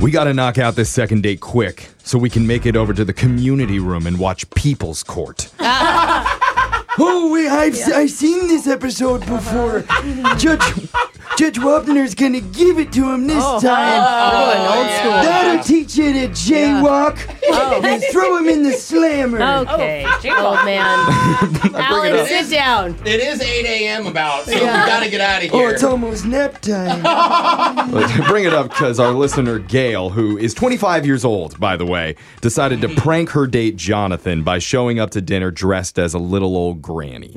We got to knock out this second date quick so we can make it over to the community room and watch People's Court. Oh, wait, I've I've seen this episode before. Judge Judge Wapner's gonna give it to him this Oh. time. Oh, good, old school. That'll teach you to jaywalk. Oh. And throw him in the slammer. Okay, old man. Alex, sit down. It is 8 a.m. about, so Yeah. we gotta get out of Oh, here. it's almost nap time. Let's Bring it up because our listener Gail, who is 25 years old, by the way, decided to prank her date Jonathan by showing up to dinner dressed as a little old granny.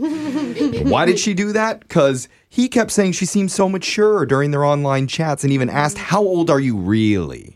Why did she do that? Because he kept saying she seemed so mature during their online chats and even asked, How old are you really?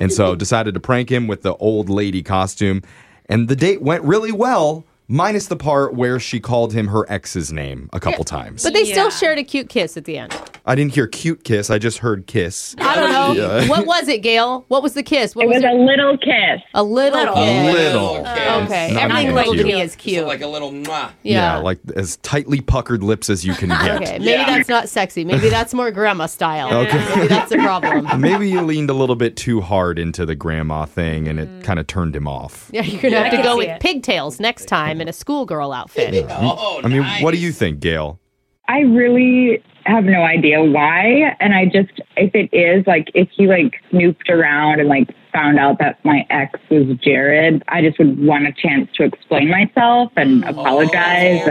and so decided to prank him with the old lady costume. And the date went really well, minus the part where she called him her ex's name a couple times. But they still shared a cute kiss at the end. I didn't hear cute kiss, I just heard kiss. I don't know. Yeah. What was it, Gail? What was the kiss? What It it? was a little kiss. a little, A kiss. little. kiss. Okay, Not everything even little to cute. me is cute. So like a little mwah. Yeah. yeah. like as tightly puckered lips as you can get. Okay, maybe Yeah. that's not sexy. Maybe that's more grandma style. Okay. Maybe that's the problem. Maybe you leaned a little bit too hard into the grandma thing and Mm. it kind of turned him off. Yeah, you're gonna have to can go see with it. pigtails next time in a schoolgirl outfit. Oh, I mean, nice. what do you think, Gail? I really have no idea why. And I just, if it is, like, if he, like, snooped around and, like, found out that my ex was Jared, I just would want a chance to explain myself and apologize. Oh,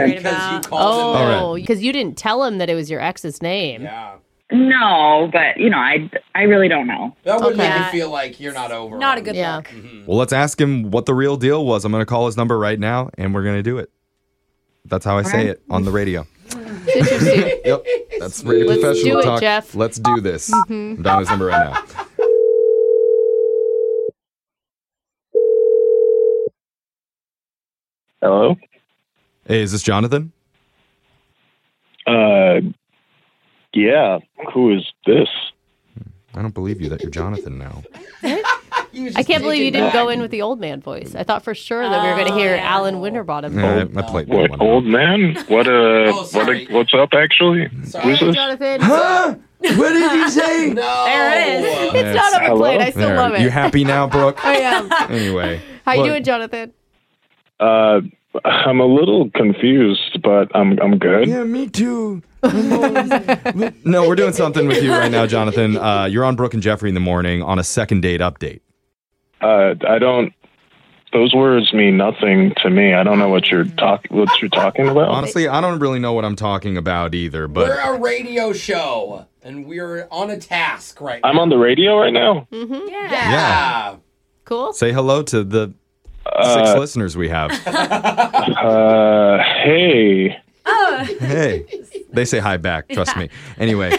Oh, Because and, you called him. Oh, because you didn't tell him that it was your ex's name. Yeah. no, but, you know, I, I really don't know. That would make Okay. me feel like you're not over. Not a him. good Yeah. look. Well, let's ask him what the real deal was. I'm going to call his number right now and we're going to do it. That's how I say it on the radio. yep. That's radio Let's professional do it, talk. Jeff. Mm-hmm. Let's do this. I'm dialing his number right now. Hello? Hey, is this Jonathan? Uh, yeah. Who is this? I don't believe you that you're Jonathan now. I can't believe you didn't go in with the old man voice. I thought for sure that we were Oh, going to hear Alan Winterbottom. Yeah, I, I played that What, one. old man? What, uh, Oh, what, sorry. what's up, actually? Sorry. Who's this? Jonathan, huh? What did you say? No. There it it's not Hello? overplayed. I still There. love it. You happy now, Brooke? I am. anyway. How you Well, doing, Jonathan? Uh, I'm a little confused, but I'm, I'm good. Yeah, me too. No, we're doing something with you right now, Jonathan. Uh, you're on Brooke and Jeffrey in the morning on a second date update. Uh, I don't, those words mean nothing to me. I don't know what you're talking, what you're talking about. Honestly, I don't really know what I'm talking about either, We're but a radio show, and we're on a task right now. I'm on the radio right now. Mm-hmm. yeah. Yeah. Yeah. Cool. Say hello to the six Uh, listeners we have. uh, hey. Hey, they say hi back. Trust me. Anyway,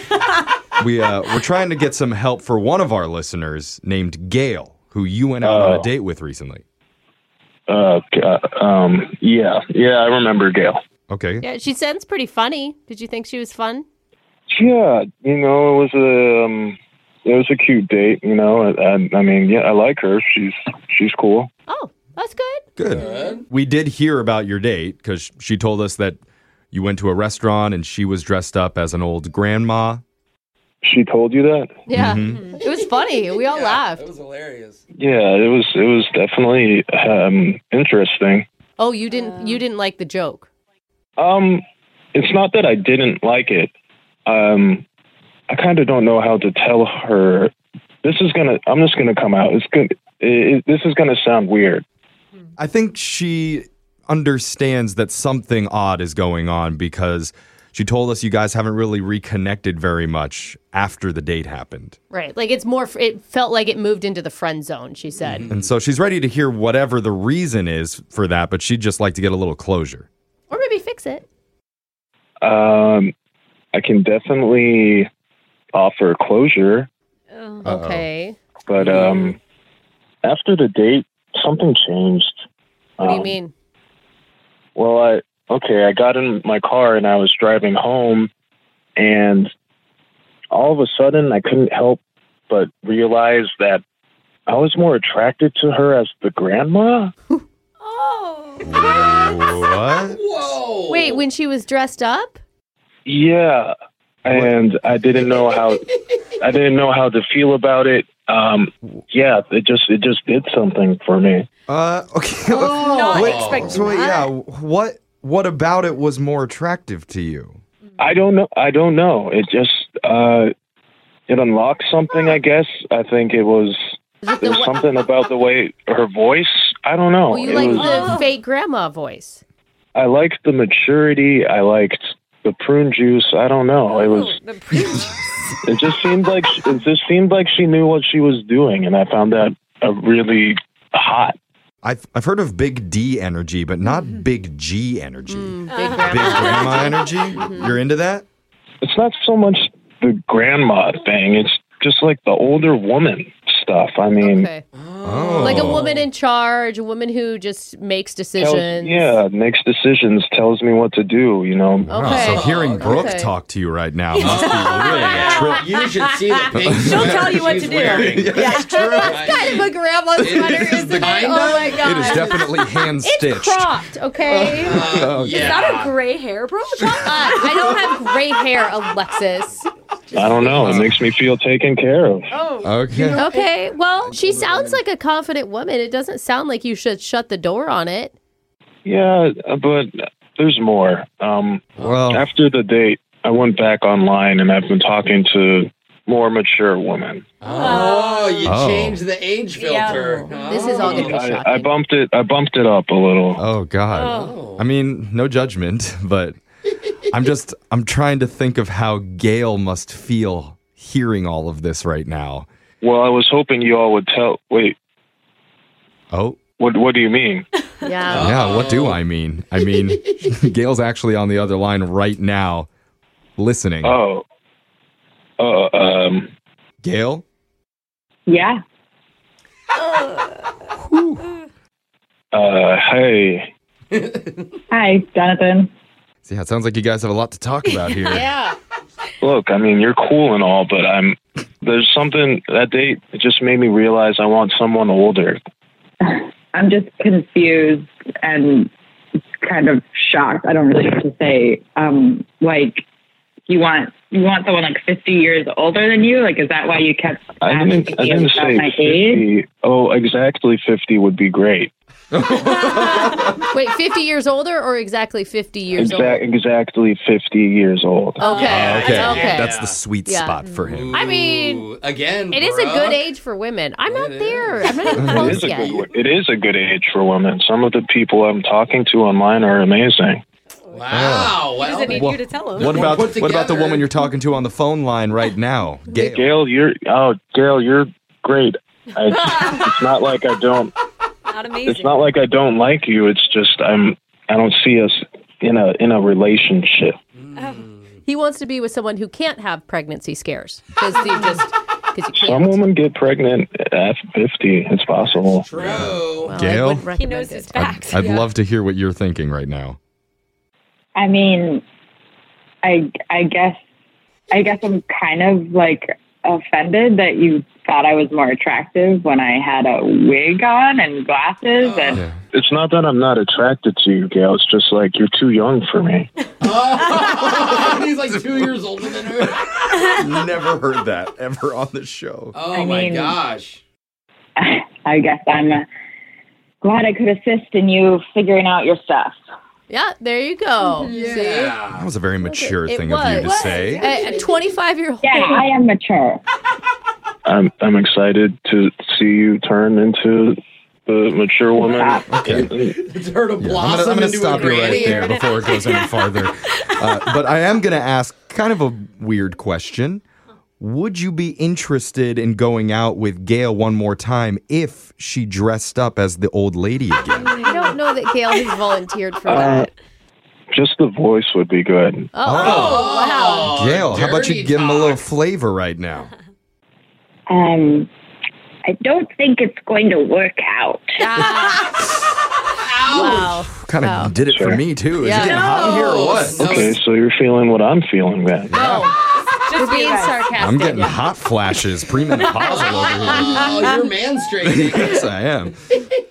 we uh, we're trying to get some help for one of our listeners named Gail, who you went out on a Oh. date with recently. Uh, God, um, yeah, yeah, I remember Gail. Okay. Yeah, she sounds pretty funny. Did you think she was fun? Yeah, you know, it was a um, it was a cute date. You know, I, I mean, yeah, I like her. She's she's cool. Oh, that's good. Good. We did hear about your date because she told us that you went to a restaurant and she was dressed up as an old grandma. She told you that? Yeah, it was funny. We all That laughed. was hilarious. Yeah, it was it was definitely um, interesting. Oh, you didn't. you didn't like the joke. Um, it's not that I didn't like it. Um, I kind of don't know how to tell her. This is gonna. I'm just gonna come out. It's good. It, it, this is gonna sound weird. I think she understands that something odd is going on because she told us you guys haven't really reconnected very much after the date happened. Right. Like it's more. It felt like it moved into the friend zone. She said. And so she's ready to hear whatever the reason is for that, but she'd just like to get a little closure. Or maybe fix it. Um, I can definitely offer closure. Okay. But Mm-hmm. um, after the date, something changed. What do you Um, mean? Well, I okay, I got in my car and I was driving home, and all of a sudden, I couldn't help but realize that I was more attracted to her as the grandma. what? Oh. Whoa. Wait, when she was dressed up? Yeah, and I didn't know how I didn't know how to feel about it. Um, yeah, it just it just did something for me. Uh, okay. Oh, Not Wait, expecting so wait, that. yeah, what what about it was more attractive to you? I don't know. I don't know. It just uh, it unlocked something. I guess. I think it was there's something about the way her voice. I don't know. Well, you Oh, It like "Oh." was- Oh. the fake grandma voice. I liked the maturity. I liked the prune juice. I don't know. It was. Oh, The pre- It just seemed like she- it just seemed like she knew what she was doing, and I found that uh, really hot. I've I've heard of big D energy, but Mm-hmm. not big G energy. big Uh-huh. Big grandma. grandma energy. Mm-hmm. You're into that? It's not so much the grandma thing. It's just like the older woman stuff. I mean, Okay. Oh, Like a woman in charge, a woman who just makes tells- decisions. yeah, makes decisions, tells me what to do. You know, Wow, Okay. Oh. so hearing Brooke Okay. talk to you right now must be really a trip. You should see the pink She'll sweater tell you what she's to do. wearing. It's true. I- Kind of a grandma sweater, is isn't the it? kind Oh of- my god. It is definitely hand it's stitched. cropped, okay? Uh, Oh, yeah. Not a gray hair problem. Uh, I don't have gray hair, Alexis. I don't know. It makes me feel taken care of. Oh. Okay. Okay, well, she sounds like a confident woman. It doesn't sound like you should shut the door on it. Yeah, uh, but there's more. Um, Well, After the date, I went back online and I've been talking to more mature women. Oh, you Oh. changed the age filter. This is all gonna be shocking. I, I bumped it. I bumped it up a little. oh god. Oh. I mean, no judgment, but I'm just I'm trying to think of how Gail must feel hearing all of this right now. Well, I was hoping you all would tell. Wait, Oh, what? What do you mean? Yeah. yeah, what do I mean? I mean, Gail's actually on the other line right now listening. Oh, uh, um, Gail? Yeah. uh, hey. Hi, Jonathan. Yeah, it sounds like you guys have a lot to talk about here. Yeah. Look, I mean, you're cool and all, but I'm. There's something that date. It just made me realize I want someone older. I'm just confused and kind of shocked. I don't really know what to say. Um, like, you want you want someone like 50 years older than you? Like, is that why you kept I asking didn't. I me didn't about say my age? fifty. Oh, exactly fifty would be great. Wait, 50 years older or exactly 50 years Exact, exactly 50 years old. Oh, old? Okay. Okay, Okay. that's the sweet Yeah. spot for him. Mm. I mean, Ooh, again, It is a Brooke. good age for women. I'm not It there. is. I'm not even It is, close a yet. good, it is a good age for women. Some of the people I'm talking to online are amazing. Wow. Well, Doesn't need Well, you to tell him. What about put what about the together. woman you're talking to on the phone line right now, Gail? Gail, you're oh, Gail, you're great. I, it's not like I don't. Not amazing. It's not like I don't like you. It's just I'm. I don't see us in a in a relationship. He wants to be with someone who can't have pregnancy scares because you just because you can't. Some women get pregnant at 50. It's possible. True. Well, I Gail? wouldn't he recommend knows his it. facts. I'd love to hear what you're thinking right now. I mean, I I guess I guess I'm kind of like offended that you thought I was more attractive when I had a wig on and glasses and Yeah. It's not that I'm not attracted to you, Gail. It's just like you're too young for me. Oh, he's like two years older than her. Never heard that ever on the show. Oh I my mean- gosh. I guess I'm uh, glad I could assist in you figuring out your stuff. Yeah, there you go. Mm-hmm. See? That Yeah. was a very mature It thing of you was. to say. A 25 year old. Yeah, I am mature. I'm I'm excited to see you turn into the mature woman. Ah, Okay. It's her to I'm gonna- blossom I'm going to into stop a you right granny. there before it goes any farther. Uh, but I am going to ask kind of a weird question. Would you be interested in going out with Gail one more time if she dressed up as the old lady again? I don't know that Gail has volunteered for that. Just the voice would be good. Oh, wow. Oh, Gail, how about you dirty give him a little talk. flavor right now? Um, I don't think it's going to work out. Wow. Kind of did it for Sure. me too. Is Yeah. it getting hot in here or what? No, Okay, it's- so you're feeling what I'm feeling then. We're being sarcastic. I'm getting hot flashes, premenopausal over here. Oh, you're man straight. Yes, I am.